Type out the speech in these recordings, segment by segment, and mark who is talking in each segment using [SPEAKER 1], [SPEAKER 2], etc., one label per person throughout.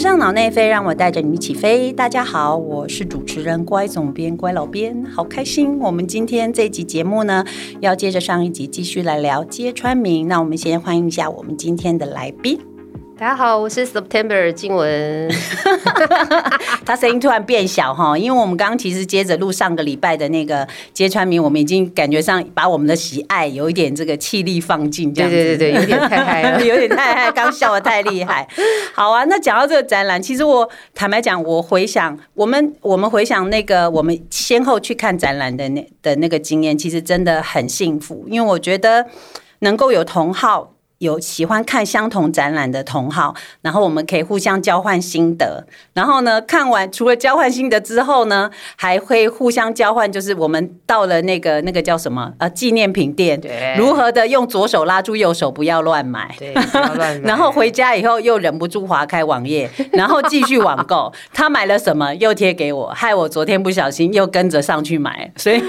[SPEAKER 1] 上脑内飞，让我带着你一起飞。大家好，我是主持人乖总编乖老编，好开心！我们今天这集节目呢，要接着上一集继续来聊揭穿名。那我们先欢迎一下我们今天的来宾，
[SPEAKER 2] 大家好，我是 September 静文。
[SPEAKER 1] 他声音突然变小哈，因为我们刚刚其实接着录上个礼拜的那个揭穿名，我们已经感觉上把我们的喜爱有一点这个气力放尽，这
[SPEAKER 2] 对
[SPEAKER 1] 样子。
[SPEAKER 2] 对对对，有点太嗨 了。
[SPEAKER 1] 有点太嗨，刚笑的太厉 害。好啊，那讲到这个展览，其实我坦白讲，我回想我们我们回想那个我们先后去看展览的那的那个经验，其实真的很幸福，因为我觉得能够有同好。有喜欢看相同展览的同好，然后我们可以互相交换心得。然后呢，看完除了交换心得之后呢，还会互相交换，就是我们到了那个那个叫什么呃纪念品店，
[SPEAKER 2] 对
[SPEAKER 1] 如何的用左手拉住右手，不要乱买。
[SPEAKER 2] 对，不 要乱买
[SPEAKER 1] 然后回家以后又忍不住划开网页， 然后继续网购。他买了什么又贴给我，害我昨天不小心又跟着上去买。所以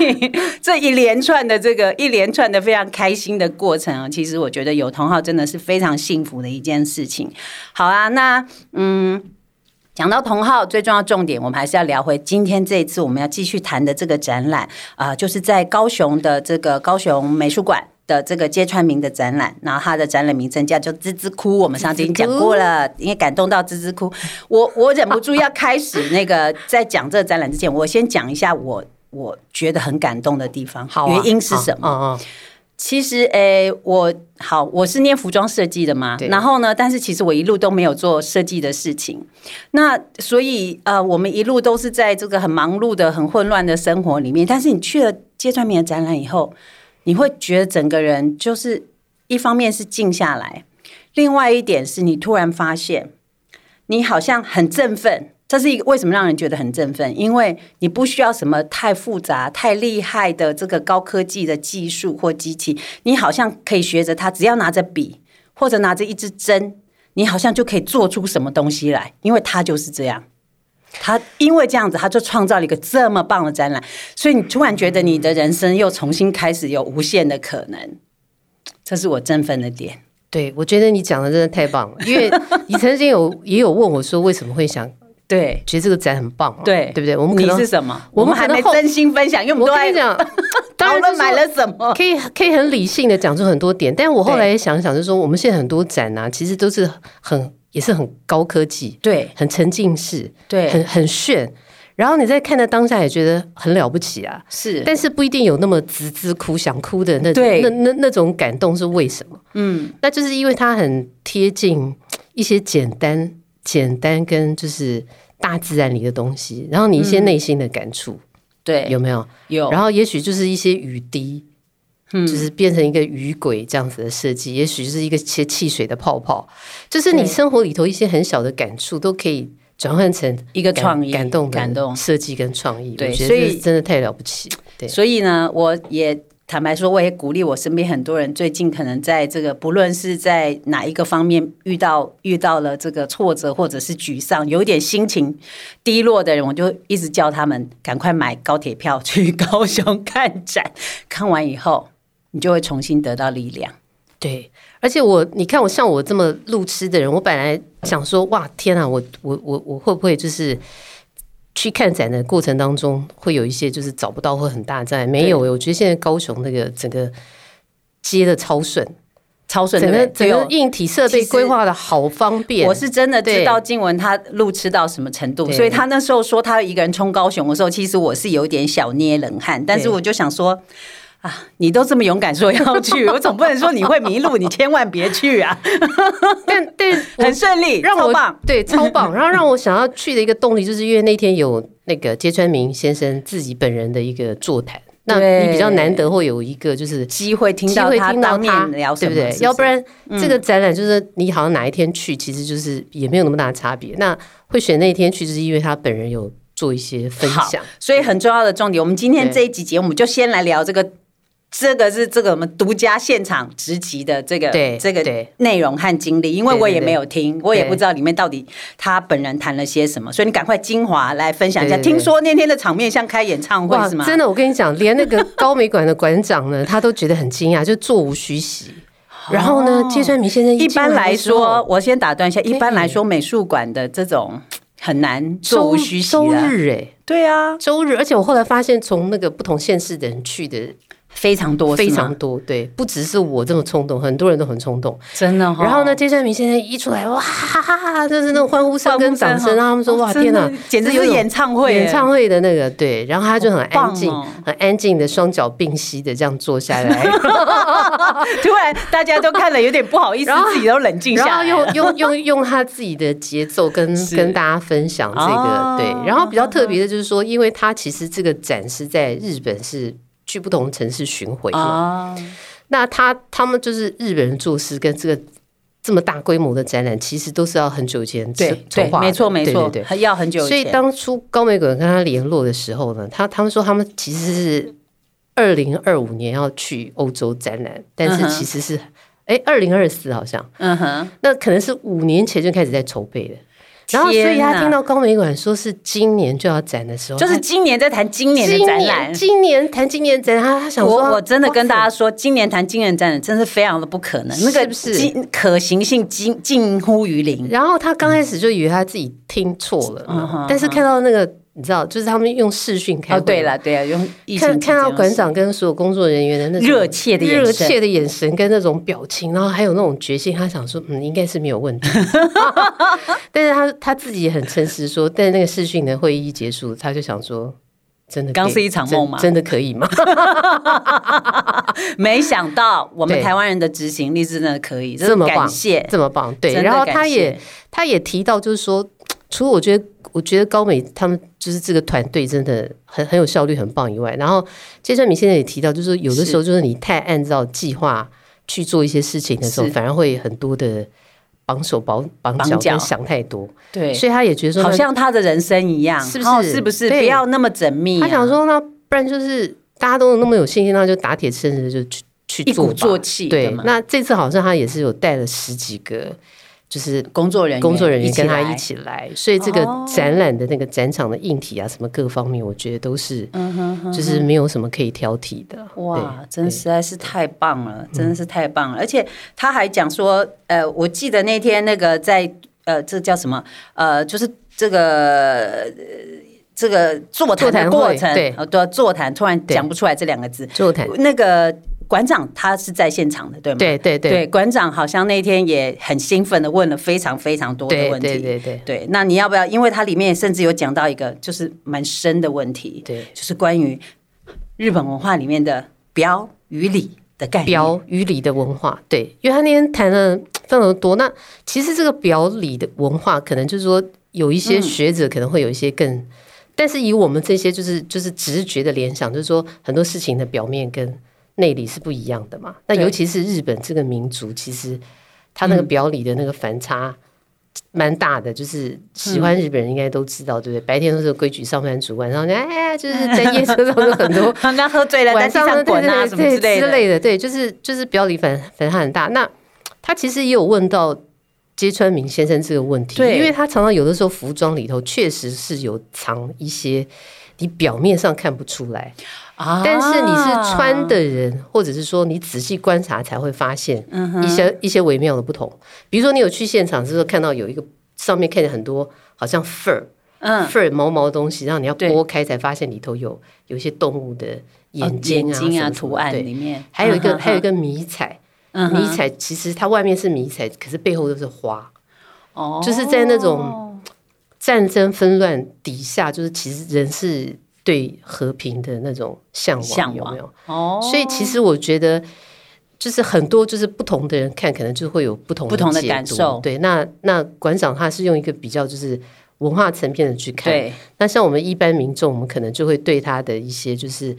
[SPEAKER 1] 这一连串的这个一连串的非常开心的过程啊，其实我觉得有同好真的是非常幸福的一件事情。好啊，那嗯。讲到同号，最重要重点，我们还是要聊回今天这一次我们要继续谈的这个展览啊、就是在高雄的这个高雄美术馆。的这个揭穿名的展览，然后它的展览名称叫做“吱吱哭”，我们上次已经讲过了，因为感动到吱吱哭。我我忍不住要开始那个在讲这个展览之前，我先讲一下我我觉得很感动的地方，
[SPEAKER 2] 好啊
[SPEAKER 1] 原因是什么？？
[SPEAKER 2] 嗯嗯，
[SPEAKER 1] 其实，诶、我好，我是念服装设计的嘛
[SPEAKER 2] 对，
[SPEAKER 1] 然后呢，但是其实我一路都没有做设计的事情，那所以呃，我们一路都是在这个很忙碌的、很混乱的生活里面。但是你去了芥川名的展览以后，你会觉得整个人就是一方面是静下来，另外一点是你突然发现，你好像很振奋。这是一个为什么让人觉得很振奋？因为你不需要什么太复杂、太厉害的这个高科技的技术或机器，你好像可以学着它，只要拿着笔或者拿着一支针，你好像就可以做出什么东西来，因为它就是这样。他因为这样子，他就创造了一个这么棒的展览，所以你突然觉得你的人生又重新开始，有无限的可能。这是我振奋的点。
[SPEAKER 2] 对，我觉得你讲的真的太棒了，因为你曾经有也有问我说，为什么会想
[SPEAKER 1] 对
[SPEAKER 2] 觉得这个展很棒嘛？啊
[SPEAKER 1] 对
[SPEAKER 2] 对不对？我们可
[SPEAKER 1] 你
[SPEAKER 2] 能
[SPEAKER 1] 是什么？
[SPEAKER 2] 我
[SPEAKER 1] 我们
[SPEAKER 2] 们可
[SPEAKER 1] 还
[SPEAKER 2] 能
[SPEAKER 1] 没
[SPEAKER 2] 后
[SPEAKER 1] 真心分享，因为我们
[SPEAKER 2] 我
[SPEAKER 1] 都
[SPEAKER 2] 跟你
[SPEAKER 1] 在
[SPEAKER 2] 讲，
[SPEAKER 1] 讨
[SPEAKER 2] 当然
[SPEAKER 1] 论
[SPEAKER 2] 就是
[SPEAKER 1] 买了什么。
[SPEAKER 2] 可以可以很理性的讲出很多点，但我后来也想想，就是说我们现在很多展啊，其实都是很也是很高科技，
[SPEAKER 1] 对
[SPEAKER 2] 很沉浸式，
[SPEAKER 1] 对
[SPEAKER 2] 很很炫。然后你在看的当下也觉得很了不起啊，
[SPEAKER 1] 是，
[SPEAKER 2] 但是不一定有那么直直哭想哭的那
[SPEAKER 1] 对
[SPEAKER 2] 那那那种感动是为什么？嗯，那就是因为它很贴近一些简单、简单跟就是大自然里的东西，然后你一些内心的感触、
[SPEAKER 1] 嗯对
[SPEAKER 2] 有没有？
[SPEAKER 1] 有嗯
[SPEAKER 2] 然后也许就是一些雨滴，就是变成一个雨轨这样子的设计，也许是一个一些汽水的泡泡，就是你
[SPEAKER 1] 对
[SPEAKER 2] 生活里头一些很小的感触都可以转换成
[SPEAKER 1] 一个
[SPEAKER 2] 感
[SPEAKER 1] 创意
[SPEAKER 2] 感动的
[SPEAKER 1] 感动
[SPEAKER 2] 设计跟创意，
[SPEAKER 1] 对
[SPEAKER 2] 我觉得
[SPEAKER 1] 所以
[SPEAKER 2] 这真的太了不起，对。
[SPEAKER 1] 所以呢，我也坦白说，我也鼓励我身边很多人，最近可能在这个不论是在哪一个方面遇到遇到了这个挫折或者是沮丧，有一点心情低落的人，我就一直叫他们赶快买高铁票去 高雄看展，看完以后你就会重新得到力量。
[SPEAKER 2] 对，而且我你看我像我这么路痴的人，我本来想说，哇，天啊，我我我我会不会就是去看展的过程当中，会有一些就是找不到或很大障碍？没有欸，我觉得现在高雄那个整个街的超顺，
[SPEAKER 1] 超顺
[SPEAKER 2] 整
[SPEAKER 1] 的
[SPEAKER 2] 个
[SPEAKER 1] 人，
[SPEAKER 2] 整个硬体设备
[SPEAKER 1] 其实
[SPEAKER 2] 规划的好方便
[SPEAKER 1] 我。是真的知
[SPEAKER 2] 对
[SPEAKER 1] 道静雯她路痴到什么程度，
[SPEAKER 2] 对
[SPEAKER 1] 所以她那时候说她一个人冲高雄的时候，其实我是有点小捏冷汗，但是我就想说。啊，你都这么勇敢说要去， 我总不能说你会迷路，你千万别去啊！
[SPEAKER 2] 但 但
[SPEAKER 1] 很顺利，
[SPEAKER 2] 让
[SPEAKER 1] 超
[SPEAKER 2] 我
[SPEAKER 1] 棒，
[SPEAKER 2] 对超棒，然后让我想要去的一个动力，就是因为那天有那个揭川明先生自己本人的一个座谈，那你比较
[SPEAKER 1] 对
[SPEAKER 2] 难得会有一个就是
[SPEAKER 1] 机会听
[SPEAKER 2] 机
[SPEAKER 1] 到
[SPEAKER 2] 会
[SPEAKER 1] 他
[SPEAKER 2] 听到
[SPEAKER 1] 当
[SPEAKER 2] 他
[SPEAKER 1] 面聊，什
[SPEAKER 2] 对
[SPEAKER 1] 么，嗯
[SPEAKER 2] 不对？
[SPEAKER 1] 是
[SPEAKER 2] 要不然这个展览就是你好像哪一天去，其实就是也没有那么大的差别。那会选那一天去，就是因为他本人有做一些分
[SPEAKER 1] 好
[SPEAKER 2] 享。，
[SPEAKER 1] 所以很重要的重点，我们今天
[SPEAKER 2] 对
[SPEAKER 1] 这一集节目，我们就先来聊这个。这个是这个我们独家现场直击的这个
[SPEAKER 2] 对
[SPEAKER 1] 这个
[SPEAKER 2] 对
[SPEAKER 1] 内容和经历，因为
[SPEAKER 2] 对对
[SPEAKER 1] 我也
[SPEAKER 2] 对
[SPEAKER 1] 没有听，我也不知道里面到底他本人谈了些什么，所以你赶快精华来分享一下。
[SPEAKER 2] 对对对
[SPEAKER 1] 听说那天的场面像开演唱会
[SPEAKER 2] 哇
[SPEAKER 1] 是吗？，
[SPEAKER 2] 真的，我跟你讲，连那个哦高美馆的馆长呢，他都觉得很惊讶，就座无虚席。然后呢，芥川明先生
[SPEAKER 1] 哦一
[SPEAKER 2] 进
[SPEAKER 1] 般来
[SPEAKER 2] 的时候
[SPEAKER 1] 说，我先打断一下，一般
[SPEAKER 2] 对
[SPEAKER 1] 来说美术馆的这种很难座
[SPEAKER 2] 周
[SPEAKER 1] 无虚席
[SPEAKER 2] 周
[SPEAKER 1] 啦
[SPEAKER 2] 日哎、
[SPEAKER 1] 对啊，
[SPEAKER 2] 周日，而且我后来发现，从那个不同县市的人去的
[SPEAKER 1] 非常多，
[SPEAKER 2] 非
[SPEAKER 1] 是吗
[SPEAKER 2] 常多，对，不只是我这么冲动，很多人都很冲动。
[SPEAKER 1] 真的哈。哦
[SPEAKER 2] 然后呢，芥川明先生一出来，哇，哈哈哈，就是那种欢呼声
[SPEAKER 1] 欢呼
[SPEAKER 2] 跟掌声，
[SPEAKER 1] 哈
[SPEAKER 2] 然后他们说，
[SPEAKER 1] 哦
[SPEAKER 2] 哇，
[SPEAKER 1] 真
[SPEAKER 2] 天哪
[SPEAKER 1] 的，简直
[SPEAKER 2] 这是
[SPEAKER 1] 有
[SPEAKER 2] 那种
[SPEAKER 1] 演唱会耶，
[SPEAKER 2] 演唱会的那个对，然后他就很
[SPEAKER 1] 好棒
[SPEAKER 2] 安静，
[SPEAKER 1] 哦
[SPEAKER 2] 很安静的双脚并膝的这样 坐下来，
[SPEAKER 1] 突然大家都看了有点不好意思
[SPEAKER 2] 然，后
[SPEAKER 1] 自己都冷静
[SPEAKER 2] 然
[SPEAKER 1] 下
[SPEAKER 2] 后
[SPEAKER 1] 来
[SPEAKER 2] 用
[SPEAKER 1] 了。
[SPEAKER 2] 用用用他自己的节奏跟
[SPEAKER 1] 是
[SPEAKER 2] 跟大家分享这
[SPEAKER 1] 哦嗯
[SPEAKER 2] 个对，然后比较特别的就是说，因为他其实这个展是在日本是去不同城市巡回嘛，
[SPEAKER 1] 啊，
[SPEAKER 2] 那他他们就是日本人做事跟这个这么大规模的展览，其实都是要很久以前
[SPEAKER 1] 对
[SPEAKER 2] 筹
[SPEAKER 1] 对
[SPEAKER 2] 筹划，的
[SPEAKER 1] 没错没错
[SPEAKER 2] 对对，对。
[SPEAKER 1] 要很久以
[SPEAKER 2] 所以
[SPEAKER 1] 前
[SPEAKER 2] 当初高美滚跟他联络的时候呢，他他们说他们其实是二零二五年要去欧洲展览，但
[SPEAKER 1] 嗯哼
[SPEAKER 2] 是其实是哎二零二四好像，
[SPEAKER 1] 嗯哼，
[SPEAKER 2] 那可能是五年前就开始在筹备了。然后，所以
[SPEAKER 1] 天哪
[SPEAKER 2] 他听到高美馆说是今年就要展的时候，
[SPEAKER 1] 就是
[SPEAKER 2] 他
[SPEAKER 1] 今年在谈今年的
[SPEAKER 2] 今
[SPEAKER 1] 展
[SPEAKER 2] 年
[SPEAKER 1] 览。
[SPEAKER 2] 今年谈今年展览，他他想说
[SPEAKER 1] 我我真的
[SPEAKER 2] 哇
[SPEAKER 1] 跟
[SPEAKER 2] 塞
[SPEAKER 1] 大家说，今年谈今年展览真是非常的不可能，那
[SPEAKER 2] 是
[SPEAKER 1] 个
[SPEAKER 2] 不是
[SPEAKER 1] 近可行性近近乎于零。
[SPEAKER 2] 然后他刚开始就以为他自己听错了，
[SPEAKER 1] 嗯哼
[SPEAKER 2] 但是看到那个你知道，就是他们用视讯开会
[SPEAKER 1] 哦，对，了对了，用疫情
[SPEAKER 2] 看
[SPEAKER 1] 期
[SPEAKER 2] 看到
[SPEAKER 1] 间
[SPEAKER 2] 馆长跟所有工作人员的那种
[SPEAKER 1] 热切的眼神
[SPEAKER 2] 热切的眼神跟那种表情，然后还有那种决心，他想说嗯应该是没有问题， 但是他他自己也很诚实说，但是那个视讯的会议一结束，他就想说。真的可以
[SPEAKER 1] 刚是一场梦吗
[SPEAKER 2] 真真的可以吗？
[SPEAKER 1] 没想到我们
[SPEAKER 2] 对
[SPEAKER 1] 台湾人的执行力真的可以，真
[SPEAKER 2] 这
[SPEAKER 1] 的
[SPEAKER 2] 么
[SPEAKER 1] 感
[SPEAKER 2] 棒，
[SPEAKER 1] 谢。
[SPEAKER 2] 这么棒，对。
[SPEAKER 1] 真的
[SPEAKER 2] 然后
[SPEAKER 1] 感
[SPEAKER 2] 他
[SPEAKER 1] 谢
[SPEAKER 2] 也他也提到，就是说，除了我觉得，我觉得高美他们就是这个团队真的很很有效率，很棒以外，然后芥川明现在也提到，就是有的时候就是你太按照计划去做一些事情的时候，
[SPEAKER 1] 是
[SPEAKER 2] 反而会很多的绑手绑绑
[SPEAKER 1] 绑
[SPEAKER 2] 脚，
[SPEAKER 1] 脚
[SPEAKER 2] 跟想太多，
[SPEAKER 1] 对，
[SPEAKER 2] 所以他也觉得说，
[SPEAKER 1] 好
[SPEAKER 2] 那
[SPEAKER 1] 像他的人生一样，
[SPEAKER 2] 是不
[SPEAKER 1] 哦
[SPEAKER 2] 是
[SPEAKER 1] 是不是？
[SPEAKER 2] 对
[SPEAKER 1] 不要那么缜密啊、
[SPEAKER 2] 他想说，那不然就是大家都那么有信心，那就打铁趁热就去去
[SPEAKER 1] 一鼓
[SPEAKER 2] 做
[SPEAKER 1] 作
[SPEAKER 2] 吧。
[SPEAKER 1] 气的
[SPEAKER 2] 对
[SPEAKER 1] 嘛，。
[SPEAKER 2] 那这次好像他也是有带了十几个，就是
[SPEAKER 1] 工作人员，
[SPEAKER 2] 工作人员跟他
[SPEAKER 1] 一
[SPEAKER 2] 一
[SPEAKER 1] 起
[SPEAKER 2] 起来，哦所以这个展览的那个展场的硬体啊，什么各方面，我觉得都是，就是没有什么可以挑剔的
[SPEAKER 1] 来。哇，真实在是太棒了，真的是太棒了！而且他还讲说，呃，我记得那天那个在呃，这叫什么？呃，就是这个。呃这个座谈
[SPEAKER 2] 座谈
[SPEAKER 1] 的
[SPEAKER 2] 会
[SPEAKER 1] 过程，
[SPEAKER 2] 对
[SPEAKER 1] 呃，对，座谈突然
[SPEAKER 2] 对
[SPEAKER 1] 讲不出来这两个字。
[SPEAKER 2] 座谈，
[SPEAKER 1] 那个馆长他是在现场的，对吗？
[SPEAKER 2] 对对对
[SPEAKER 1] 馆长好像那天也很兴奋的问了非常非常多的
[SPEAKER 2] 对
[SPEAKER 1] 问题。
[SPEAKER 2] 对对对
[SPEAKER 1] 对，那你要不要？因为它里面甚至有讲到一个就是蛮深的问题，
[SPEAKER 2] 对，
[SPEAKER 1] 就是关于日本文化里面的表与里的概念。
[SPEAKER 2] 表与里的文化，对，因为他那天谈了非常多。那其实这个表里的文化，可能就是说有一
[SPEAKER 1] 嗯
[SPEAKER 2] 些学者可能会有一些更，但是以我们这些就是就是直觉的联想，就是说很多事情的表面跟内里是不一样的嘛。那
[SPEAKER 1] 对
[SPEAKER 2] 尤其是日本这个民族，其实他那个表里的那个反差。蛮大的，就是喜
[SPEAKER 1] 嗯
[SPEAKER 2] 欢日本人应该都知道，对不对？白天都是规矩上班族，晚上就哎，就是在夜车上有很多
[SPEAKER 1] 那喝醉了在
[SPEAKER 2] 晚
[SPEAKER 1] 地
[SPEAKER 2] 上
[SPEAKER 1] 上
[SPEAKER 2] 呢
[SPEAKER 1] 滚啊，什
[SPEAKER 2] 对对对
[SPEAKER 1] 么之类
[SPEAKER 2] 之
[SPEAKER 1] 的。
[SPEAKER 2] 类的，对，就是就是表里反反差很大。那他其实也有问到芥川明先生这个问题，
[SPEAKER 1] 对
[SPEAKER 2] 因为他常常有的时候服装里头确实是有藏一些你表面上看不出来，
[SPEAKER 1] 啊
[SPEAKER 2] 但是你是穿的人，或者是说你仔细观察才会发现
[SPEAKER 1] 嗯
[SPEAKER 2] 一些、一些微妙的不同。比如说你有去现场之后看到有一个上面看见很多好像 fur。
[SPEAKER 1] 嗯，
[SPEAKER 2] fur 毛毛的东西，然后你要
[SPEAKER 1] 对
[SPEAKER 2] 剥开才发现里头有有一些动物的眼睛
[SPEAKER 1] 眼
[SPEAKER 2] 啊、什么
[SPEAKER 1] 睛
[SPEAKER 2] 什
[SPEAKER 1] 啊
[SPEAKER 2] 么
[SPEAKER 1] 图案
[SPEAKER 2] 对
[SPEAKER 1] 里面，
[SPEAKER 2] 还有一个
[SPEAKER 1] 嗯哼
[SPEAKER 2] 还有一个迷彩，
[SPEAKER 1] 嗯
[SPEAKER 2] 迷彩其实它外面是迷彩，可是背后都是花。
[SPEAKER 1] 哦
[SPEAKER 2] 就是在那种战争纷乱底下，就是其实人是对和平的那种向往，
[SPEAKER 1] 向
[SPEAKER 2] 有
[SPEAKER 1] 往
[SPEAKER 2] 没有？
[SPEAKER 1] 哦，
[SPEAKER 2] 所以其实我觉得。就是很多，就是不同的人看，可能就会有不同
[SPEAKER 1] 不同的
[SPEAKER 2] 解
[SPEAKER 1] 感
[SPEAKER 2] 读
[SPEAKER 1] 受
[SPEAKER 2] 对，那那馆长他是用一个比较就是文化层面的去看，
[SPEAKER 1] 对
[SPEAKER 2] 那像我们一般民众，我们可能就会对他的一些就是，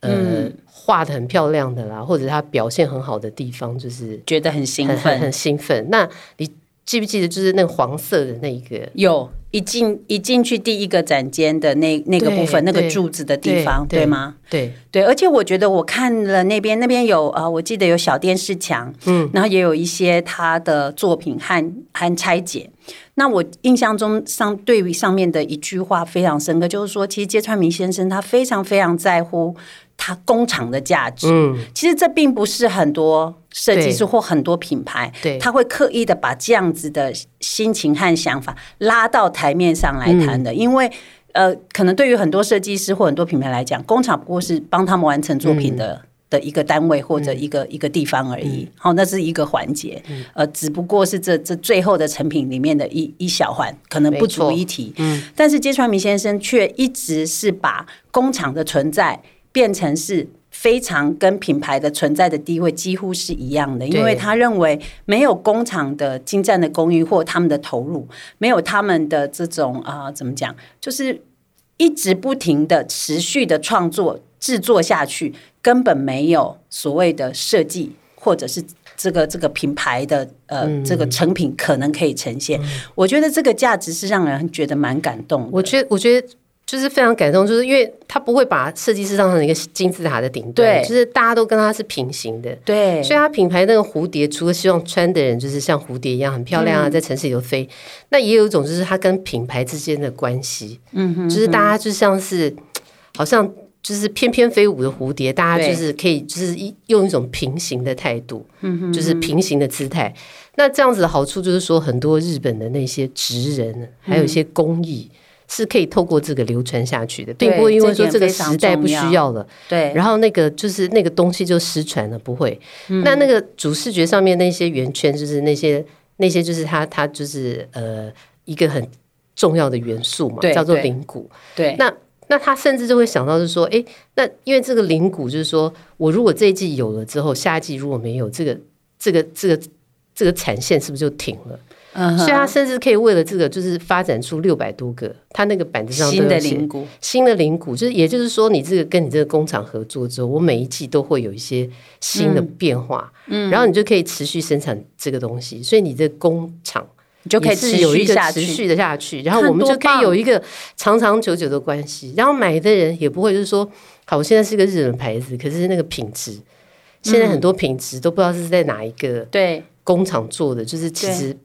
[SPEAKER 1] 嗯
[SPEAKER 2] 呃，画的很漂亮的啦，或者他表现很好的地方，就是
[SPEAKER 1] 觉得很兴
[SPEAKER 2] 很很
[SPEAKER 1] 奋，
[SPEAKER 2] 很兴奋。那你记不记得，就是那个黄色的那一个
[SPEAKER 1] 有一进一进去第一个展间的那那个
[SPEAKER 2] 对
[SPEAKER 1] 部分，那个
[SPEAKER 2] 对
[SPEAKER 1] 柱子的地方，对吗？？
[SPEAKER 2] 对
[SPEAKER 1] 对，而且我觉得我看了那边，那边有啊、呃我记得有小电视墙，嗯，然后也有一些他的作品和和拆解。那我印象中上对于上面的一句话非常深刻，就是说，其实芥川明先生他非常非常在乎他工厂的价值。
[SPEAKER 2] 嗯，
[SPEAKER 1] 其实这并不是很多设计师或很多品牌，
[SPEAKER 2] 对
[SPEAKER 1] 他会刻意的把这样子的心情和想法拉到台面上来谈的，因为。呃，可能对于很多设计师或很多品牌来讲，工厂不过是帮他们完成作品的、的一个单位或者一个、一个地方而已。好、那是一个环节，呃，只不过是这这最后的成品里面的一一小环，可能不足
[SPEAKER 2] 没错
[SPEAKER 1] 一提。嗯，但是揭传明先生却一直是把工厂的存在变成是。非常跟品牌的存在的地位几乎是一样的，因为
[SPEAKER 2] 对
[SPEAKER 1] 他认为没有工厂的精湛的工艺或他们的投入，没有他们的这种啊、呃怎么讲，就是一直不停的、持续的创作、制作下去，根本没有所谓的设计或者是这个这个品牌的呃、
[SPEAKER 2] 嗯
[SPEAKER 1] 这个成品可能可以呈现。我觉得这个价值是让人觉得蛮感动的。
[SPEAKER 2] 我觉得，我觉得就是非常感动，就是因为他不会把设计师当成一个金字塔的顶端，
[SPEAKER 1] 对
[SPEAKER 2] 就是大家都跟他是平行的。
[SPEAKER 1] 对
[SPEAKER 2] 所以他品牌那个蝴蝶，除了希望穿的人就是像蝴蝶一样很漂亮啊，在城市里头飞，那也有一种就是他跟品牌之间的关系，嗯哼，就是大家就像是好像就是翩翩飞舞的蝴蝶，大家
[SPEAKER 1] 对
[SPEAKER 2] 就是可以就是一用一种平行的态度，嗯哼，就是平行的姿态。那这样子的好处就是说，很多日本的那些职人，啊还有一些工艺。是可以透过这个流传下去的，并
[SPEAKER 1] 对
[SPEAKER 2] 不会因为说
[SPEAKER 1] 这点
[SPEAKER 2] 这个
[SPEAKER 1] 非常
[SPEAKER 2] 时代不需
[SPEAKER 1] 重要
[SPEAKER 2] 要了，
[SPEAKER 1] 对
[SPEAKER 2] 然后那个就是那个东西就失传了，不会。
[SPEAKER 1] 嗯
[SPEAKER 2] 那那个主视觉上面那些圆圈，就是那些那些就是它它就是呃一个很重要的元素嘛
[SPEAKER 1] 对，
[SPEAKER 2] 叫做
[SPEAKER 1] 对
[SPEAKER 2] 灵骨。
[SPEAKER 1] 对
[SPEAKER 2] 那那他甚至就会想到，就是说，诶，那因为这个灵骨，就是说我如果这一季有了之后，下一季如果没有，这个这个这个这个产线是不是啊就停了？
[SPEAKER 1] 嗯
[SPEAKER 2] 所以他甚至可以为了这个，就是发展出六百多个，他那个板子上都
[SPEAKER 1] 新的
[SPEAKER 2] 有写
[SPEAKER 1] 灵骨，
[SPEAKER 2] 新的灵骨，就是也就是说，你这个跟你这个工厂合作之后，我每一季都会有一些新的变化，嗯，然后你就可以持续生产这个东西，所以你的工厂
[SPEAKER 1] 你就可以
[SPEAKER 2] 也是
[SPEAKER 1] 持
[SPEAKER 2] 有一
[SPEAKER 1] 续
[SPEAKER 2] 个
[SPEAKER 1] 下
[SPEAKER 2] 持
[SPEAKER 1] 去。
[SPEAKER 2] 续的下去，然后
[SPEAKER 1] 看
[SPEAKER 2] 我们
[SPEAKER 1] 多
[SPEAKER 2] 就可以
[SPEAKER 1] 棒
[SPEAKER 2] 有一个长长久久的关系，然后买的人也不会就是说，好，我现在是个日本牌子，可是那个品质，现在很
[SPEAKER 1] 嗯
[SPEAKER 2] 多品质都不知道是在哪一个
[SPEAKER 1] 对
[SPEAKER 2] 工厂做的，就是其
[SPEAKER 1] 对
[SPEAKER 2] 实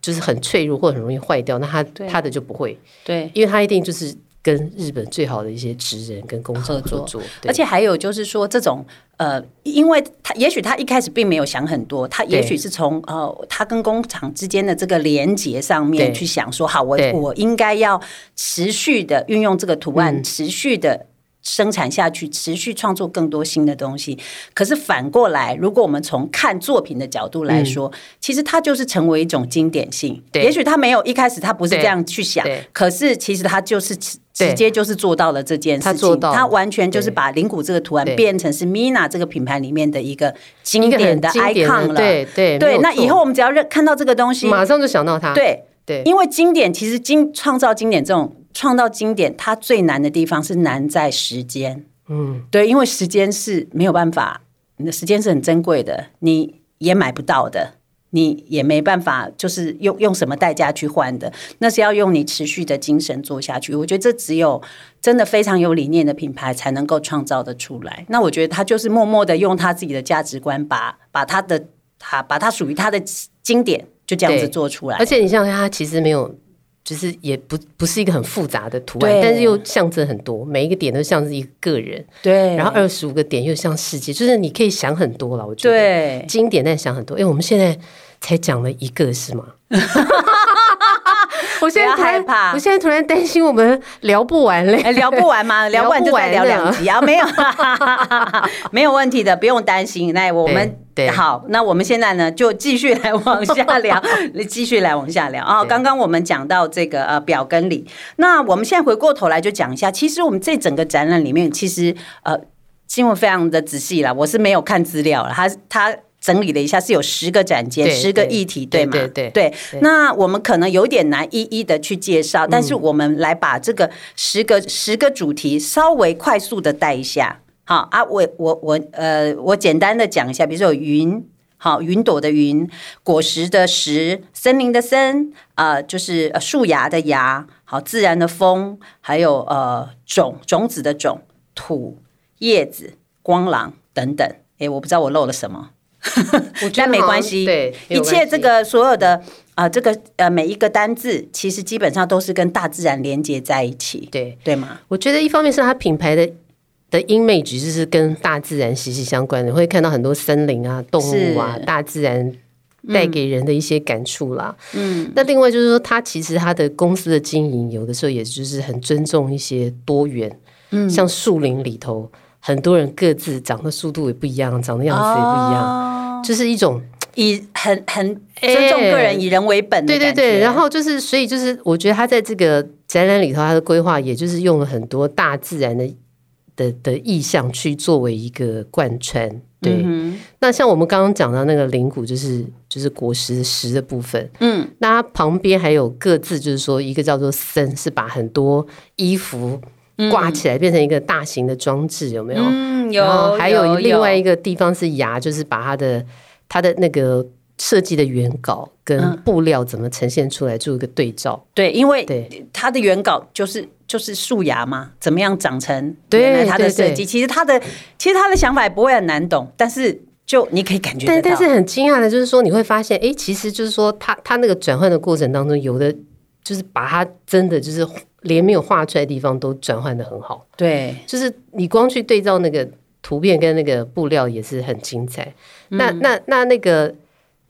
[SPEAKER 2] 就是很脆弱或很容易坏掉，那它
[SPEAKER 1] 对
[SPEAKER 2] 它的就不会。
[SPEAKER 1] 对，
[SPEAKER 2] 因为他一定就是跟日本最好的一些职人跟工厂合作，
[SPEAKER 1] 合
[SPEAKER 2] 对
[SPEAKER 1] 而且还有就是说，这种呃，因为他也许他一开始并没有想很多，他也许是从呃他跟工厂之间的这个连接上面
[SPEAKER 2] 对
[SPEAKER 1] 去想说，好，我
[SPEAKER 2] 对
[SPEAKER 1] 我应该要持续的运用这个图
[SPEAKER 2] 嗯
[SPEAKER 1] 案，持续的。生产下去，持续创作更多新的东西。可是反过来，如果我们从看作品的角度来说，其实它就是成为一种经典性。
[SPEAKER 2] 嗯对
[SPEAKER 1] 也许他没有一开始他不是
[SPEAKER 2] 对
[SPEAKER 1] 这样去想
[SPEAKER 2] 对，
[SPEAKER 1] 可是其实他就是直
[SPEAKER 2] 对
[SPEAKER 1] 直接就是做到了这件事情。
[SPEAKER 2] 他做到了
[SPEAKER 1] 他完全就是
[SPEAKER 2] 对
[SPEAKER 1] 把灵谷这个图案
[SPEAKER 2] 对
[SPEAKER 1] 变成是 Mina 这个品牌里面的一个经
[SPEAKER 2] 一个
[SPEAKER 1] 典
[SPEAKER 2] 很
[SPEAKER 1] 的
[SPEAKER 2] 经典
[SPEAKER 1] icon 了。
[SPEAKER 2] 对对没
[SPEAKER 1] 对，
[SPEAKER 2] 有
[SPEAKER 1] 那
[SPEAKER 2] 错
[SPEAKER 1] 以后我们只要认看到这个东西，
[SPEAKER 2] 马上就想到他，
[SPEAKER 1] 对，
[SPEAKER 2] 对
[SPEAKER 1] 因为经典其实经创造经典这种创造经典，它最难的地方是难在时间。嗯，对，因为时间是没有办法，你的时间是很珍贵的，你也买不到的。你也没办法，就是用用什么代价去换的，那是要用你持续的精神做下去。我觉得这只有真的非常有理念的品牌才能够创造的出来。那我觉得他就是默默的用他自己的价值观把，把他的他把他属于他的经典就这样子
[SPEAKER 2] 对
[SPEAKER 1] 做出来
[SPEAKER 2] 而。且你想想看，他其实没有。就是也不不是一个很复杂的图案
[SPEAKER 1] 对，
[SPEAKER 2] 但是又象征很多，每一个点都像是一个个人，
[SPEAKER 1] 对，
[SPEAKER 2] 然后二十五个点又像世界，就是你可以想很多了。我觉得
[SPEAKER 1] 对，
[SPEAKER 2] 经典但想很多。哎、我们现在才讲了一个是吗？ 我现在突然
[SPEAKER 1] 不要害怕
[SPEAKER 2] 我现在突然担心我们聊不完嘞。
[SPEAKER 1] 哎，聊不完吗？聊不完就再聊两集啊，没有，没有 问题的，不用担心。那我们
[SPEAKER 2] 对对
[SPEAKER 1] 好，那我们现在呢就继续来往下聊， 继续来往下聊啊。
[SPEAKER 2] 对
[SPEAKER 1] 刚刚我们讲到这个呃表跟里，那我们现在回过头来就讲一下，其实我们这整个展览里面，其实呃新闻非常的仔细啦，我是没有看资料了，他他。整理了一下，是有十个展间，
[SPEAKER 2] 对
[SPEAKER 1] 十个
[SPEAKER 2] 对
[SPEAKER 1] 议题，
[SPEAKER 2] 对
[SPEAKER 1] 吗？
[SPEAKER 2] 对对嗯
[SPEAKER 1] 对，那我们可能有点难一一的去介绍，但是我们来把这个十个十个主题稍微快速的带一下。好啊，我我我呃，我简单的讲一下，比如说有云。好，云朵的云，果实的实，森林的森，呃，就是呃树芽的芽，好，自然的风，还有呃种种子的种，土，叶子、光廊等等。诶，我不知道我漏了什么。
[SPEAKER 2] 我觉得
[SPEAKER 1] 但没
[SPEAKER 2] 好像
[SPEAKER 1] 关系，
[SPEAKER 2] 对，没
[SPEAKER 1] 一
[SPEAKER 2] 有
[SPEAKER 1] 切
[SPEAKER 2] 关系
[SPEAKER 1] 这个所有的啊、呃这个呃，每一个单字其实基本上都是跟大自然连接在一起，
[SPEAKER 2] 对。
[SPEAKER 1] 对吗？
[SPEAKER 2] 我觉得一方面是它品牌的的 image 就是跟大自然息息相关的，会看到很多森林啊、动物啊
[SPEAKER 1] 是、
[SPEAKER 2] 大自然带给人的一些感触啦。嗯，那另外就是说，他其实他的公司的经营，有的时候也就是很尊重一些多元，嗯，像树林里头，很多人各自长的速度也不一样，长的样子也不一样，
[SPEAKER 1] 哦
[SPEAKER 2] 就是一种
[SPEAKER 1] 以很很尊重个人，以人为本的
[SPEAKER 2] 哎对对
[SPEAKER 1] 感觉。
[SPEAKER 2] 对，然后就是，所以就是，我觉得他在这个展览里头，他的规划也就是用了很多大自然的的的意象去作为一个贯穿。对，
[SPEAKER 1] 嗯
[SPEAKER 2] 那像我们刚刚讲到那个灵谷，就是就是果实石的部分，
[SPEAKER 1] 哼嗯，
[SPEAKER 2] 那它旁边还有各自就是说一个叫做森，是把很多衣服挂起来变成一个大型的装置，有没有？
[SPEAKER 1] 嗯，
[SPEAKER 2] 然后
[SPEAKER 1] 有
[SPEAKER 2] 还有另外一个地方是牙，就是把它的它的那个设计的原稿跟
[SPEAKER 1] 嗯
[SPEAKER 2] 布料怎么呈现出来做一个对照。
[SPEAKER 1] 对，因为
[SPEAKER 2] 对
[SPEAKER 1] 它的原稿就是就是树芽嘛，怎么样长成
[SPEAKER 2] 对
[SPEAKER 1] 原来它的
[SPEAKER 2] 对
[SPEAKER 1] 设
[SPEAKER 2] 对
[SPEAKER 1] 计，其实它的其实它的想法也不会很难懂，但是就你可以感觉得
[SPEAKER 2] 但
[SPEAKER 1] 到，
[SPEAKER 2] 但是很惊讶的就是说，你会发现，哎，其实就是说它，它那个转换的过程当中，有的就是把它真的就是连没有画出来的地方都转换的很好，
[SPEAKER 1] 对，
[SPEAKER 2] 就是你光去对照那个图片跟那个布料也是很精彩。那
[SPEAKER 1] 嗯
[SPEAKER 2] 那那那个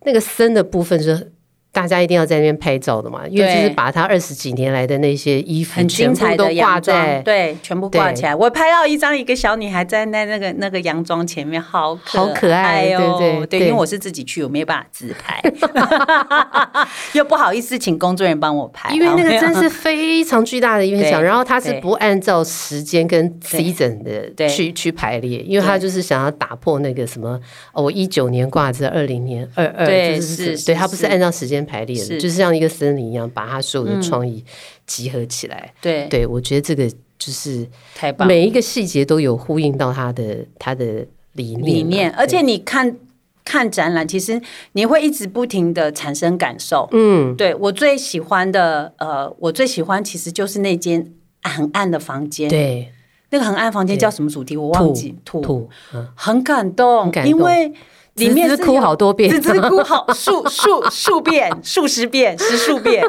[SPEAKER 2] 那个森的部分是。大家一定要在那边拍照的嘛，因为
[SPEAKER 1] 对
[SPEAKER 2] 就是把他二十几年来的那些衣服
[SPEAKER 1] 很
[SPEAKER 2] 全
[SPEAKER 1] 精
[SPEAKER 2] 部
[SPEAKER 1] 彩
[SPEAKER 2] 都
[SPEAKER 1] 的
[SPEAKER 2] 挂
[SPEAKER 1] 洋
[SPEAKER 2] 在
[SPEAKER 1] 装，对，全部挂起来。我拍到一张一个小女孩站在那个那个洋装前面，好可
[SPEAKER 2] 好可爱
[SPEAKER 1] 哦。
[SPEAKER 2] 对
[SPEAKER 1] 对，
[SPEAKER 2] 对对
[SPEAKER 1] 因为我是自己去，我没有办法自拍， 又不好意思请工作人员帮我拍，
[SPEAKER 2] 因为那个
[SPEAKER 1] 然后
[SPEAKER 2] 真是非常巨大的一片
[SPEAKER 1] 对
[SPEAKER 2] 场，然后它是
[SPEAKER 1] 对
[SPEAKER 2] 不按照时间跟 season
[SPEAKER 1] 对
[SPEAKER 2] 的去去排列，因为它就是想要打破那个什么哦，我一九年挂着二零年二二，
[SPEAKER 1] 对
[SPEAKER 2] 就是是
[SPEAKER 1] 是
[SPEAKER 2] 对，它不是
[SPEAKER 1] 是
[SPEAKER 2] 按照时间排列的，
[SPEAKER 1] 是嗯
[SPEAKER 2] 就是像一个森林一样，把它所有的创意集合起来。
[SPEAKER 1] 对，
[SPEAKER 2] 对，我觉得这个就是
[SPEAKER 1] 太棒了。
[SPEAKER 2] 每一个细节都有呼应到它的它的理念啊
[SPEAKER 1] 理念，而且
[SPEAKER 2] 对
[SPEAKER 1] 你看看展览，其实你会一直不停的产生感受。嗯，对我最喜欢的，呃，我最喜欢其实就是那间很暗的房间，
[SPEAKER 2] 对
[SPEAKER 1] 那个很暗房间叫什么主题我忘记，土，
[SPEAKER 2] 土嗯
[SPEAKER 1] 很感动，
[SPEAKER 2] 感动
[SPEAKER 1] 因为里面
[SPEAKER 2] 滋
[SPEAKER 1] 是
[SPEAKER 2] 滋哭
[SPEAKER 1] 有
[SPEAKER 2] 好啊多遍，
[SPEAKER 1] 滋 滋哭好数数数遍、数十遍、十数遍。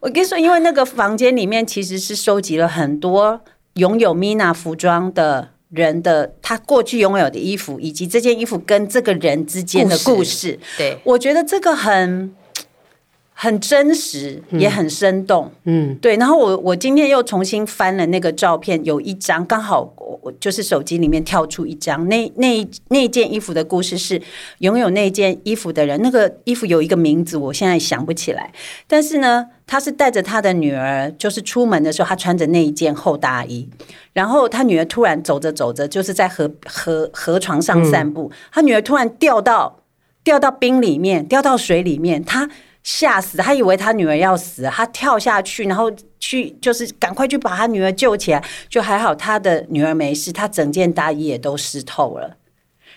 [SPEAKER 1] 我跟你说，因为那个房间里面其实是收集了很多拥有 Mina 服装的人的他过去拥有的衣服，以及这件衣服跟这个人之间的故
[SPEAKER 2] 故
[SPEAKER 1] 事。
[SPEAKER 2] 对，
[SPEAKER 1] 我觉得这个很。很真实，也很生动，
[SPEAKER 2] 嗯，
[SPEAKER 1] 对。然后我我今天又重新翻了那个照片，有一张刚好我我就是手机里面跳出一张，那那那件衣服的故事是拥有那件衣服的人，那个衣服有一个名字，我现在想不起来。但是呢，他是带着他的女儿，就是出门的时候，他穿着那一件厚大衣，然后他女儿突然走着走着，就是在河河河床上散
[SPEAKER 2] 嗯
[SPEAKER 1] 步，他女儿突然掉到掉到冰里面，掉到水里面，他吓死，他以为他女儿要死，他跳下去，然后去就是赶快去把他女儿救起来，就还好他的女儿没事，他整件大衣也都湿透了。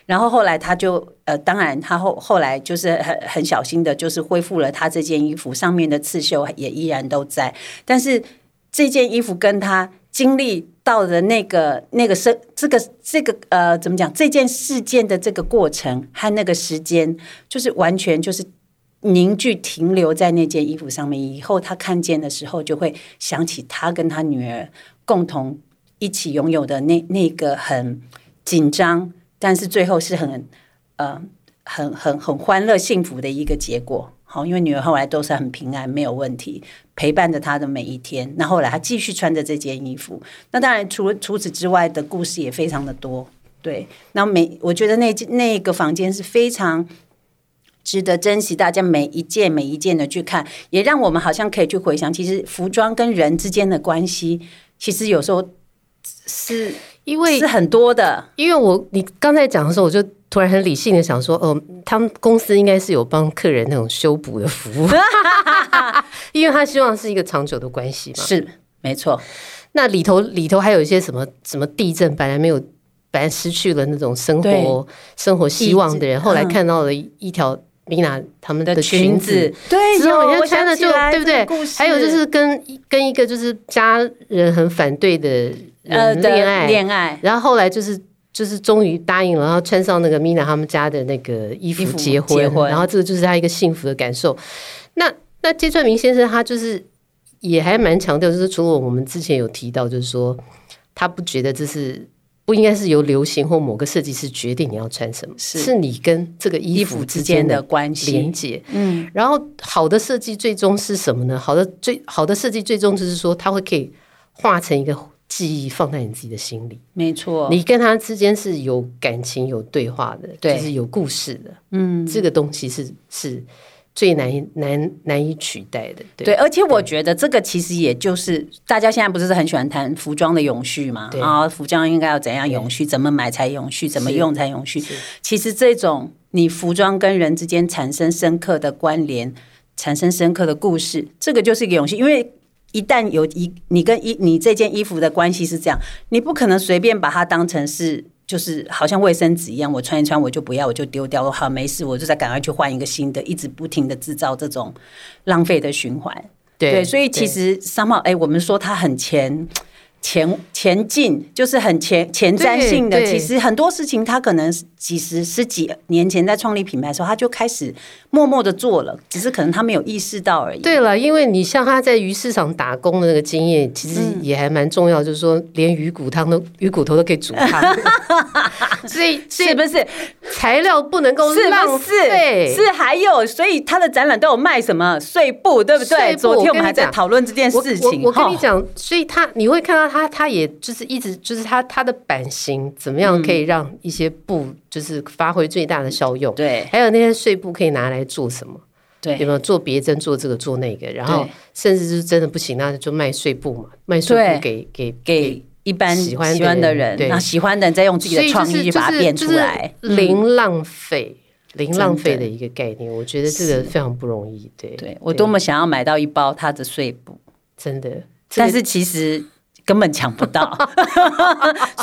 [SPEAKER 1] 然后后来他就呃，当然他后后来就是呃很很小心的，就是恢复了他这件衣服上面的刺绣也依然都在，但是这件衣服跟他经历到的那个那个生这个这个呃怎么讲这件事件的这个过程和那个时间，就是完全就是凝聚停留在那件衣服上面，以后他看见的时候就会想起他跟他女儿共同一起拥有的那那个很紧张，但是最后是很呃很很很欢乐幸福的一个结果。好，因为女儿后来都是很平安，没有问题，陪伴着她的每一天。那后来她继续穿着这件衣服。那当然除，除此之外的故事也非常的多。对，那每我觉得那间那个房间是非常值得珍惜，大家每一件每一件的去看，也让我们好像可以去回想，其实服装跟人之间的关系，其实有时候是
[SPEAKER 2] 因为
[SPEAKER 1] 是很多的。
[SPEAKER 2] 因为我你刚才讲的时候，我就突然很理性的想说，哦，他们公司应该是有帮客人那种修补的服务， 因为他希望是一个长久的关系嘛。
[SPEAKER 1] 是没错，
[SPEAKER 2] 那里头里头还有一些什么什么地震，本来没有，本来失去了那种生
[SPEAKER 1] 对
[SPEAKER 2] 活生活希望的人，
[SPEAKER 1] 嗯
[SPEAKER 2] 后来看到了一条米娜他们
[SPEAKER 1] 的
[SPEAKER 2] 的裙子。，
[SPEAKER 1] 对，
[SPEAKER 2] 之后
[SPEAKER 1] 有
[SPEAKER 2] 人
[SPEAKER 1] 我
[SPEAKER 2] 家
[SPEAKER 1] 想
[SPEAKER 2] 穿的
[SPEAKER 1] 起
[SPEAKER 2] 就
[SPEAKER 1] 来
[SPEAKER 2] 对不
[SPEAKER 1] 这个
[SPEAKER 2] 对
[SPEAKER 1] 故？事
[SPEAKER 2] 还有就是跟跟一个就是家人很反对的
[SPEAKER 1] 呃
[SPEAKER 2] 人嗯恋爱，
[SPEAKER 1] 恋爱，
[SPEAKER 2] 然后后来就是就是终于答应了，然后穿上那个 Mina 他们家的那个衣服
[SPEAKER 1] 衣服
[SPEAKER 2] 结婚，
[SPEAKER 1] 结婚
[SPEAKER 2] 然后这个就是他一个幸福的感受。那那芥川明先生他就是也还蛮强调，就是除了我们之前有提到，就是说他不觉得这是不应该是由流行或某个设计师决定你要穿什么，
[SPEAKER 1] 是
[SPEAKER 2] 你跟这个衣
[SPEAKER 1] 衣
[SPEAKER 2] 服
[SPEAKER 1] 服
[SPEAKER 2] 之
[SPEAKER 1] 之
[SPEAKER 2] 间
[SPEAKER 1] 间
[SPEAKER 2] 的
[SPEAKER 1] 的关
[SPEAKER 2] 连
[SPEAKER 1] 系，
[SPEAKER 2] 接。
[SPEAKER 1] 嗯，
[SPEAKER 2] 然后好的设计最终是什么呢？好的最好的设计最终就是说，它会可以化成一个记忆放在你自己的心里，
[SPEAKER 1] 没错，
[SPEAKER 2] 你跟他之间是有感情、有对话的，
[SPEAKER 1] 对
[SPEAKER 2] 就是有故事的。
[SPEAKER 1] 嗯，
[SPEAKER 2] 这个东西是是最难以难难以取代的。对
[SPEAKER 1] 对，而且我觉得这个其实也就是大家现在不是很喜欢谈服装的永续嘛
[SPEAKER 2] 对？
[SPEAKER 1] 啊，服装应该要怎样永续，怎么买才永续，怎么用才永续
[SPEAKER 2] 是？
[SPEAKER 1] 其实这种你服装跟人之间产生深刻的关联，产生深刻的故事，这个就是一个永续，因为。一旦有一你跟衣你这件衣服的关系是这样，你不可能随便把它当成是就是好像卫生纸一样，我穿一穿我就不要我就丢掉，我好没事，我就再赶快去换一个新的，一直不停的制造这种浪费的循环。对，所以其实商贸，哎，我们说它很前前前进，就是很前前瞻性的。
[SPEAKER 2] 对对
[SPEAKER 1] 其实很多事情，它可能几十十几年前在创立品牌的时候，他就开始默默的做了，只是可能他没有意识到而已。
[SPEAKER 2] 对了，因为你像他在鱼市场打工的那个经验，其
[SPEAKER 1] 嗯
[SPEAKER 2] 实也还蛮重要，就是说连鱼骨汤都鱼骨头都可以煮 汤，所以所
[SPEAKER 1] 是
[SPEAKER 2] 以
[SPEAKER 1] 不是？
[SPEAKER 2] 材料不能够
[SPEAKER 1] 是
[SPEAKER 2] 浪
[SPEAKER 1] 不
[SPEAKER 2] 费。
[SPEAKER 1] 是？哦是还有，所以他的展览都有卖什么碎布，对不
[SPEAKER 2] 碎
[SPEAKER 1] 对？
[SPEAKER 2] 布
[SPEAKER 1] 昨天我们还
[SPEAKER 2] 我跟你
[SPEAKER 1] 在
[SPEAKER 2] 讲
[SPEAKER 1] 讨论这件
[SPEAKER 2] 我
[SPEAKER 1] 事情。
[SPEAKER 2] 我我跟你
[SPEAKER 1] 哈，
[SPEAKER 2] 讲，所以他你会看到他，他也就是一直就是他他的版型怎么
[SPEAKER 1] 嗯
[SPEAKER 2] 样可以让一些布就是发挥最大的效用，
[SPEAKER 1] 对
[SPEAKER 2] 还有那些碎布可以拿来做什么？有
[SPEAKER 1] 对
[SPEAKER 2] 没有做别针做这个做那个？然后
[SPEAKER 1] 对
[SPEAKER 2] 甚至是真的不行，那就卖碎布嘛，卖碎
[SPEAKER 1] 对
[SPEAKER 2] 布给给
[SPEAKER 1] 给。一般
[SPEAKER 2] 喜
[SPEAKER 1] 喜
[SPEAKER 2] 欢的
[SPEAKER 1] 欢的
[SPEAKER 2] 人
[SPEAKER 1] 人，
[SPEAKER 2] 对
[SPEAKER 1] 那喜欢的人再用自己
[SPEAKER 2] 所
[SPEAKER 1] 的
[SPEAKER 2] 以就
[SPEAKER 1] 创意
[SPEAKER 2] 是
[SPEAKER 1] 去把它变出来，嗯
[SPEAKER 2] 就是嗯零浪费、零浪费
[SPEAKER 1] 真的
[SPEAKER 2] 的一个概念，我觉得这个非常不容易。对，
[SPEAKER 1] 对我多么想要买到一包它的碎布，
[SPEAKER 2] 真的，这
[SPEAKER 1] 但
[SPEAKER 2] 个
[SPEAKER 1] 是其实根本抢不 到。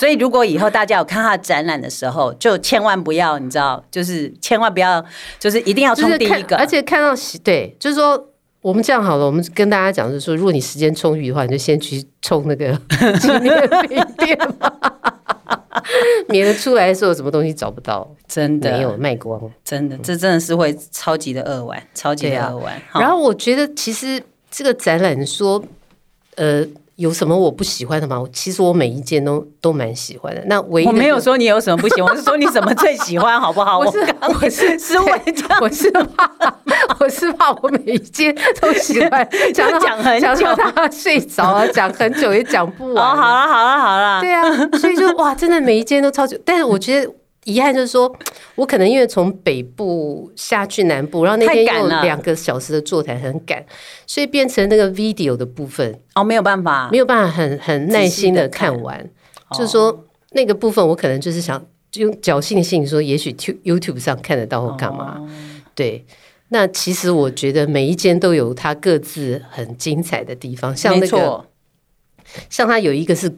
[SPEAKER 1] 所以如果以后大家有看他的展览的时候，就千万不要，你知道，就是千万不要，就是一定要
[SPEAKER 2] 就是
[SPEAKER 1] 冲第
[SPEAKER 2] 看
[SPEAKER 1] 一个，
[SPEAKER 2] 而且看到喜对，就是说。我们这样好了，我们跟大家讲，就是说，如果你时间充裕的话，你就先去冲那 个纪念品店吧，免得出来的时候什么东西找不到，
[SPEAKER 1] 真
[SPEAKER 2] 没
[SPEAKER 1] 的，
[SPEAKER 2] 有卖光了。
[SPEAKER 1] 真的，这真的是会超级的扼腕，超级
[SPEAKER 2] 对
[SPEAKER 1] 的
[SPEAKER 2] 啊
[SPEAKER 1] 扼腕。哈
[SPEAKER 2] 然后我觉得其实这个展览说，呃，有什么我不喜欢的吗？其实我每一件都都蛮喜欢的。那唯一的
[SPEAKER 1] 我没有
[SPEAKER 2] 就是，
[SPEAKER 1] 说你有什么不喜欢，我是说你什么最喜 欢，好不好？
[SPEAKER 2] 我是
[SPEAKER 1] 刚
[SPEAKER 2] 我是
[SPEAKER 1] 是为这样
[SPEAKER 2] 我是怕 我是怕我每一件都喜 欢，讲到
[SPEAKER 1] 讲很久
[SPEAKER 2] 讲到他睡着啊，讲很久也讲不
[SPEAKER 1] 哦，
[SPEAKER 2] 完。
[SPEAKER 1] 好了，好了，好了，
[SPEAKER 2] 对啊，所以就哇，真的每一间都超级，但是我觉得。遗憾就是说，我可能因为从北部下去南部，然后那
[SPEAKER 1] 太
[SPEAKER 2] 天
[SPEAKER 1] 赶
[SPEAKER 2] 又
[SPEAKER 1] 了
[SPEAKER 2] 两个小时的座谈很赶，所以变成那个 video 的部分，
[SPEAKER 1] 哦，没有办法，
[SPEAKER 2] 没有办法很很耐心的看完，就是说那个部分我可能就是想就用侥幸的心理说，也许 Tu- YouTube 上看得到或干
[SPEAKER 1] 哦
[SPEAKER 2] 嘛，对。那其实我觉得每一间都有它各自很精彩的地方，像
[SPEAKER 1] 没
[SPEAKER 2] 那个
[SPEAKER 1] 错，
[SPEAKER 2] 像它有一个是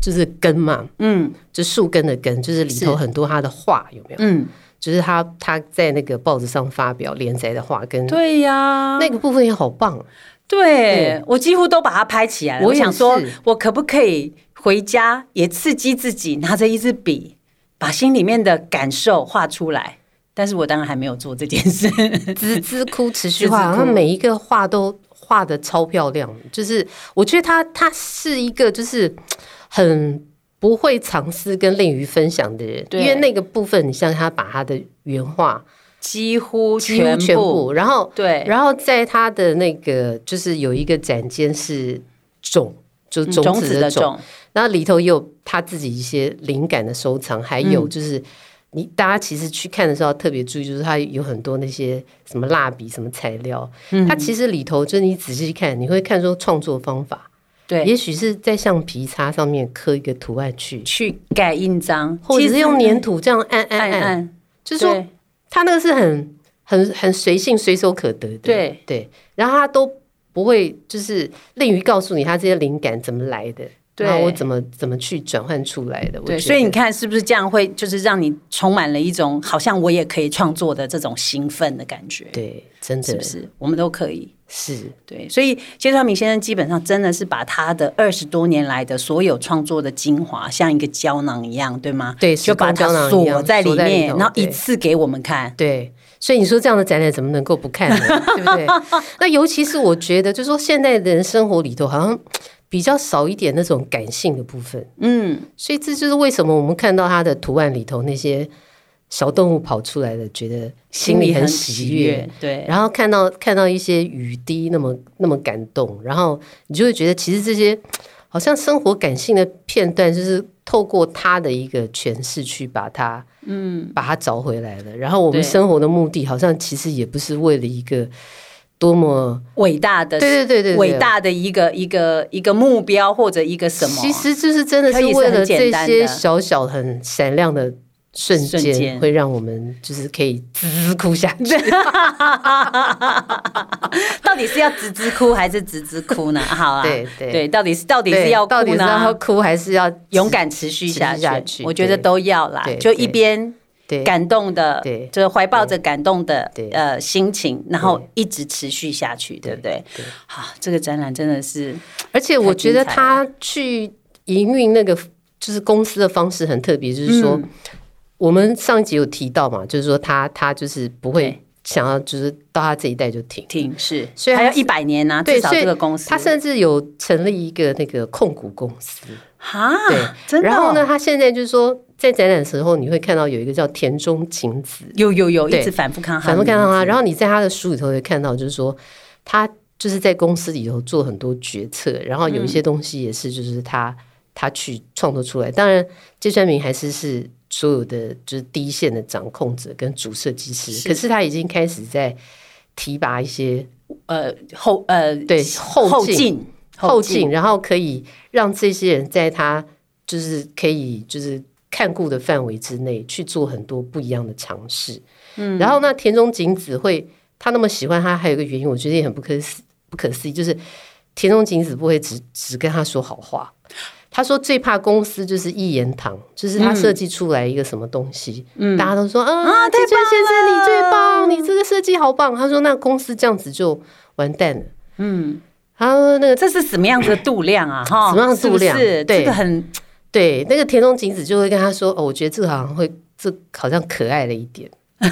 [SPEAKER 2] 就是根嘛，
[SPEAKER 1] 嗯
[SPEAKER 2] 就树根的根，就是里头
[SPEAKER 1] 是
[SPEAKER 2] 很多他的画有没有？
[SPEAKER 1] 嗯，
[SPEAKER 2] 就是他他在那个报纸上发表连载的画跟
[SPEAKER 1] 对啊呀，
[SPEAKER 2] 那个部分也 好棒，哦
[SPEAKER 1] 对我几乎都把它拍起来了。嗯
[SPEAKER 2] 我
[SPEAKER 1] 我
[SPEAKER 2] 也
[SPEAKER 1] 想说
[SPEAKER 2] 是，
[SPEAKER 1] 我可不可以回家也刺激自己，拿着一支笔，把心里面的感受画出来？但是我当然还没有做这件事。
[SPEAKER 2] 孜孜哭持 续
[SPEAKER 1] 孜孜
[SPEAKER 2] 画，他
[SPEAKER 1] 哭
[SPEAKER 2] 每一个画都画的超漂亮，就是我觉得他他是一个就是很不会藏私跟吝于分享的人，因
[SPEAKER 1] 对
[SPEAKER 2] 为那个部分，你像他把他的原画
[SPEAKER 1] 几乎
[SPEAKER 2] 几乎
[SPEAKER 1] 全部
[SPEAKER 2] 全部，然后
[SPEAKER 1] 对
[SPEAKER 2] 然后在他的那个就是有一个展间是种，就是种
[SPEAKER 1] 嗯种
[SPEAKER 2] 子
[SPEAKER 1] 子
[SPEAKER 2] 的
[SPEAKER 1] 的
[SPEAKER 2] 种，
[SPEAKER 1] 种，
[SPEAKER 2] 然后里头也有他自己一些灵感的收藏，还
[SPEAKER 1] 嗯
[SPEAKER 2] 有就是你大家其实去看的时候要特别注意，就是它有很多那些什么蜡笔、什么材料，
[SPEAKER 1] 嗯
[SPEAKER 2] 它其实里头就是你仔细看，你会看说创作方法，
[SPEAKER 1] 对，
[SPEAKER 2] 也许是在橡皮擦上面刻一个图案去，
[SPEAKER 1] 去盖印章，
[SPEAKER 2] 或者
[SPEAKER 1] 其
[SPEAKER 2] 是
[SPEAKER 1] 实
[SPEAKER 2] 用粘土这样按按
[SPEAKER 1] 按
[SPEAKER 2] 按，
[SPEAKER 1] 按，
[SPEAKER 2] 就是说
[SPEAKER 1] 对
[SPEAKER 2] 它那个是很很很随性、随手可得的，
[SPEAKER 1] 对
[SPEAKER 2] 对，然后它都不会就是吝于告诉你它这些灵感怎么来的。
[SPEAKER 1] 对
[SPEAKER 2] 然后我怎么怎么去转换出来的？我
[SPEAKER 1] 对，
[SPEAKER 2] 觉
[SPEAKER 1] 所以
[SPEAKER 2] 得
[SPEAKER 1] 你看是不是这样会就是让你充满了一种好像我也可以创作的这种兴奋的感觉，
[SPEAKER 2] 对，真的
[SPEAKER 1] 是不是？我们都可以。
[SPEAKER 2] 是
[SPEAKER 1] 对，所以芥川明先生基本上真的是把他的二十多年来的所有创作的精华，像一个胶囊一样，对吗？
[SPEAKER 2] 对时
[SPEAKER 1] 就
[SPEAKER 2] 空
[SPEAKER 1] 把它
[SPEAKER 2] 胶囊一样
[SPEAKER 1] 锁在
[SPEAKER 2] 锁
[SPEAKER 1] 里
[SPEAKER 2] 在里
[SPEAKER 1] 面，
[SPEAKER 2] 头
[SPEAKER 1] 然后一
[SPEAKER 2] 对
[SPEAKER 1] 次给我们看。
[SPEAKER 2] 对。所以你说这样的展览怎么能 够不看呢？对不对？那尤其是我觉得，就是说现在的人生活里头，好像比较少一点那种感性的部分，
[SPEAKER 1] 嗯，
[SPEAKER 2] 所以这就是为什么我们看到它的图案里头那些小动物跑出来的，觉得心里很喜悦。，
[SPEAKER 1] 对，
[SPEAKER 2] 然后看到看到一些雨滴那么那么感动，然后你就会觉得其实这些好像生活感性的片段，就是透过他的一个诠释去把它嗯把它找回来了。然后我们
[SPEAKER 1] 对
[SPEAKER 2] 生活的目的好像其实也不是为了一个多么
[SPEAKER 1] 伟大的
[SPEAKER 2] 对对对对对
[SPEAKER 1] 呃伟大的一个一个一个目标或者一个什么，
[SPEAKER 2] 其实就是真的
[SPEAKER 1] 可
[SPEAKER 2] 是
[SPEAKER 1] 以是
[SPEAKER 2] 为了
[SPEAKER 1] 很简
[SPEAKER 2] 这
[SPEAKER 1] 单
[SPEAKER 2] 些
[SPEAKER 1] 的
[SPEAKER 2] 小小很闪亮的瞬
[SPEAKER 1] 瞬
[SPEAKER 2] 间，
[SPEAKER 1] 间
[SPEAKER 2] 会让我们就是可以滋滋哭下去。
[SPEAKER 1] 到底是要直直哭还是直直哭 呢？好啊，
[SPEAKER 2] 对对
[SPEAKER 1] 对，到底是到底
[SPEAKER 2] 对
[SPEAKER 1] 是要
[SPEAKER 2] 到
[SPEAKER 1] 哭
[SPEAKER 2] 底是要
[SPEAKER 1] 呢？
[SPEAKER 2] 哭还是要
[SPEAKER 1] 勇敢持续下
[SPEAKER 2] 持
[SPEAKER 1] 去，
[SPEAKER 2] 续下去
[SPEAKER 1] 我觉得
[SPEAKER 2] 对
[SPEAKER 1] 都要啦
[SPEAKER 2] 对，
[SPEAKER 1] 就
[SPEAKER 2] 对
[SPEAKER 1] 一边
[SPEAKER 2] 对
[SPEAKER 1] 感动的，
[SPEAKER 2] 对
[SPEAKER 1] 就是怀抱着感动的
[SPEAKER 2] 对
[SPEAKER 1] 呃心情，然后一直持续下去，对不对？
[SPEAKER 2] 对
[SPEAKER 1] 好，这个展览真的是
[SPEAKER 2] 而且我觉得
[SPEAKER 1] 太精
[SPEAKER 2] 他去营运那个就是公司的方式很特别，就是说、
[SPEAKER 1] 嗯
[SPEAKER 2] 我们上一集有提到嘛，就是说他他就是不会
[SPEAKER 1] 对
[SPEAKER 2] 想要就是到他这一代就停，
[SPEAKER 1] 挺是，
[SPEAKER 2] 所以
[SPEAKER 1] 还
[SPEAKER 2] 他
[SPEAKER 1] 要
[SPEAKER 2] 是
[SPEAKER 1] 一百年呐，
[SPEAKER 2] 对，
[SPEAKER 1] 至少
[SPEAKER 2] 所以
[SPEAKER 1] 这个公司
[SPEAKER 2] 他甚至有成立一个那个控股公司，
[SPEAKER 1] 哈，
[SPEAKER 2] 对，
[SPEAKER 1] 真的哦
[SPEAKER 2] 然后呢，，他现在就是说在展览的时候你会看到有一个叫田中晴子，
[SPEAKER 1] 有有有，
[SPEAKER 2] 对
[SPEAKER 1] 一直反复看，
[SPEAKER 2] 反复看到他，然
[SPEAKER 1] 后
[SPEAKER 2] 后你在他的书里头会看到，就是说他就是在公司里头做很多决策，然后有一
[SPEAKER 1] 嗯
[SPEAKER 2] 些东西也是就是他、他去创作出来。当然，芥川明还是是所有的就是第一线的掌控者跟主设计师，
[SPEAKER 1] 是
[SPEAKER 2] 可是他已经开始在提拔一些
[SPEAKER 1] 呃后呃
[SPEAKER 2] 对后
[SPEAKER 1] 后
[SPEAKER 2] 进
[SPEAKER 1] 进
[SPEAKER 2] 后进，然后可以让这些人在他就是可以就是看顾的范围之内去做很多不一样的尝试。嗯，然后那田中景子会他那么喜欢他，还有一个原因，我觉得也很不可思不可思议，就是田中景子不会只只跟他说好话。他说最怕公司就是一言堂，就是他设计出来一个什么东西，大家都说啊，嗯啊田中先生你最棒，你这个设计好棒。他说那公司这样子就完蛋了。嗯，他说那个
[SPEAKER 1] 这是什么样子的度量啊？哈，
[SPEAKER 2] 什么样的
[SPEAKER 1] 是不
[SPEAKER 2] 度量
[SPEAKER 1] 是
[SPEAKER 2] 对
[SPEAKER 1] 这个很
[SPEAKER 2] 对，那个田中景子就会跟他说：“哦，我觉得这个好像会，这好像可爱了一 点。这”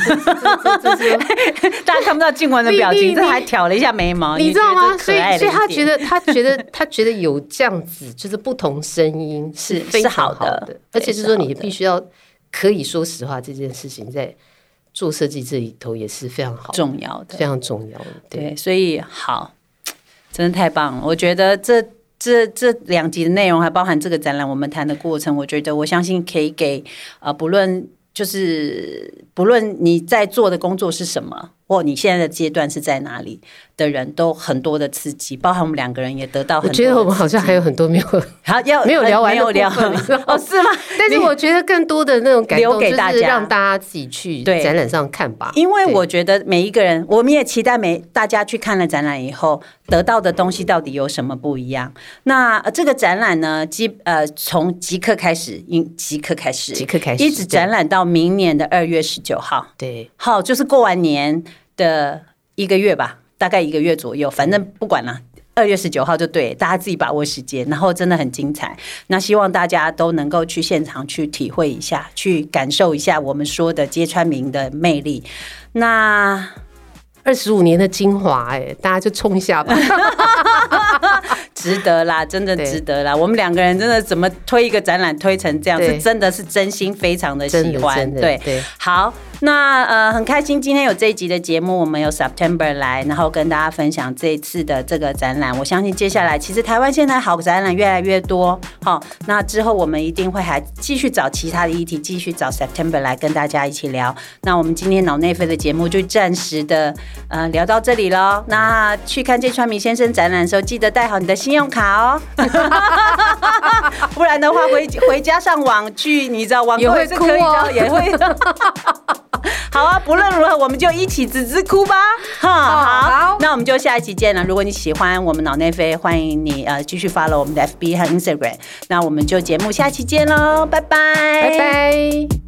[SPEAKER 2] 这这这这
[SPEAKER 1] 大家看不到静雯的表
[SPEAKER 2] 你你
[SPEAKER 1] 情，
[SPEAKER 2] 你
[SPEAKER 1] 这还挑了一下眉毛，
[SPEAKER 2] 你知道吗？
[SPEAKER 1] 哦你
[SPEAKER 2] 所以，所以他觉得，他觉得，他觉得有这样子，就是不同声音是
[SPEAKER 1] 是
[SPEAKER 2] 非常
[SPEAKER 1] 是好的
[SPEAKER 2] 的
[SPEAKER 1] 对，
[SPEAKER 2] 而且就是说，
[SPEAKER 1] 是好
[SPEAKER 2] 你
[SPEAKER 1] 的
[SPEAKER 2] 必须要可以说实话，这件事情在做设计这里头也是非常好
[SPEAKER 1] 可爱了一点、重要的
[SPEAKER 2] 非，常重要的。对，
[SPEAKER 1] 对，所以好，真的太棒了！我觉得这这这两集的内容还包含这个展览我们谈的过程，我觉得我相信可以给呃，不论就是不论你在做的工作是什么，或你现在的阶段是在哪里的人都很多的刺激，包含我们两个人也得到
[SPEAKER 2] 我
[SPEAKER 1] 很多的刺激。
[SPEAKER 2] 觉得我们好像还有很多没 有，
[SPEAKER 1] 好要
[SPEAKER 2] 没有聊完
[SPEAKER 1] 没
[SPEAKER 2] 的
[SPEAKER 1] 有聊
[SPEAKER 2] 部分你 知道吗
[SPEAKER 1] 哦，是吗？
[SPEAKER 2] 但是
[SPEAKER 1] 你
[SPEAKER 2] 我觉得更多的那种感
[SPEAKER 1] 留
[SPEAKER 2] 动，就
[SPEAKER 1] 给
[SPEAKER 2] 是
[SPEAKER 1] 大家
[SPEAKER 2] 让大家自己去
[SPEAKER 1] 对
[SPEAKER 2] 展览上看吧。
[SPEAKER 1] 因为
[SPEAKER 2] 对
[SPEAKER 1] 我觉得每一个人，我们也期待每大家去看了展览以后得到的东西到底有什么不一样。那、呃这个展览呢，即呃从即刻开始，因即刻开始，
[SPEAKER 2] 即刻开始
[SPEAKER 1] 一直展览到明年的二月十九号，
[SPEAKER 2] 对，
[SPEAKER 1] 好，就是过完年的一个月吧，大概一个月左右，反正不管了。二月十九号就对，大家自己把握时间，然后真的很精彩。那希望大家都能够去现场去体会一下，去感受一下我们说的揭穿明的魅力。那
[SPEAKER 2] 二十五年的精华，哎，大家就冲一下吧。
[SPEAKER 1] 值得啦，真的
[SPEAKER 2] 对
[SPEAKER 1] 值得啦！我们两个人真的怎么推一个展览推成这样，
[SPEAKER 2] 对
[SPEAKER 1] 是真的是真心非常的
[SPEAKER 2] 真
[SPEAKER 1] 喜
[SPEAKER 2] 的
[SPEAKER 1] 欢
[SPEAKER 2] 真。的
[SPEAKER 1] 对
[SPEAKER 2] 对
[SPEAKER 1] 好，那呃很开心今天有这一集的节目，我们有 September 来，然后跟大家分享这一次的这个展览。我相信接下来其实台湾现在好展览越来越多，好、那之后我们一定会还继续找其他的议题，继续找 September 来跟大家一起聊。那我们今天脑内飞的节目就暂时的呃聊到这里喽。那去看芥川明先生展览的时候，记得带好你的信用卡哦， 不然的话回回家上网去，你知道网
[SPEAKER 2] 也
[SPEAKER 1] 购
[SPEAKER 2] 会
[SPEAKER 1] 也是可以
[SPEAKER 2] 哭哦
[SPEAKER 1] 的，也会。 好啊，不论如何，我们就一起吱吱哭吧！哈，好，
[SPEAKER 2] 好
[SPEAKER 1] 那我们就下一期见了。如果你喜欢我们脑内飞，欢迎你呃继续 follow 我们的 FB 和 Instagram。那我们就节目下期见喽，拜拜，
[SPEAKER 2] 拜拜。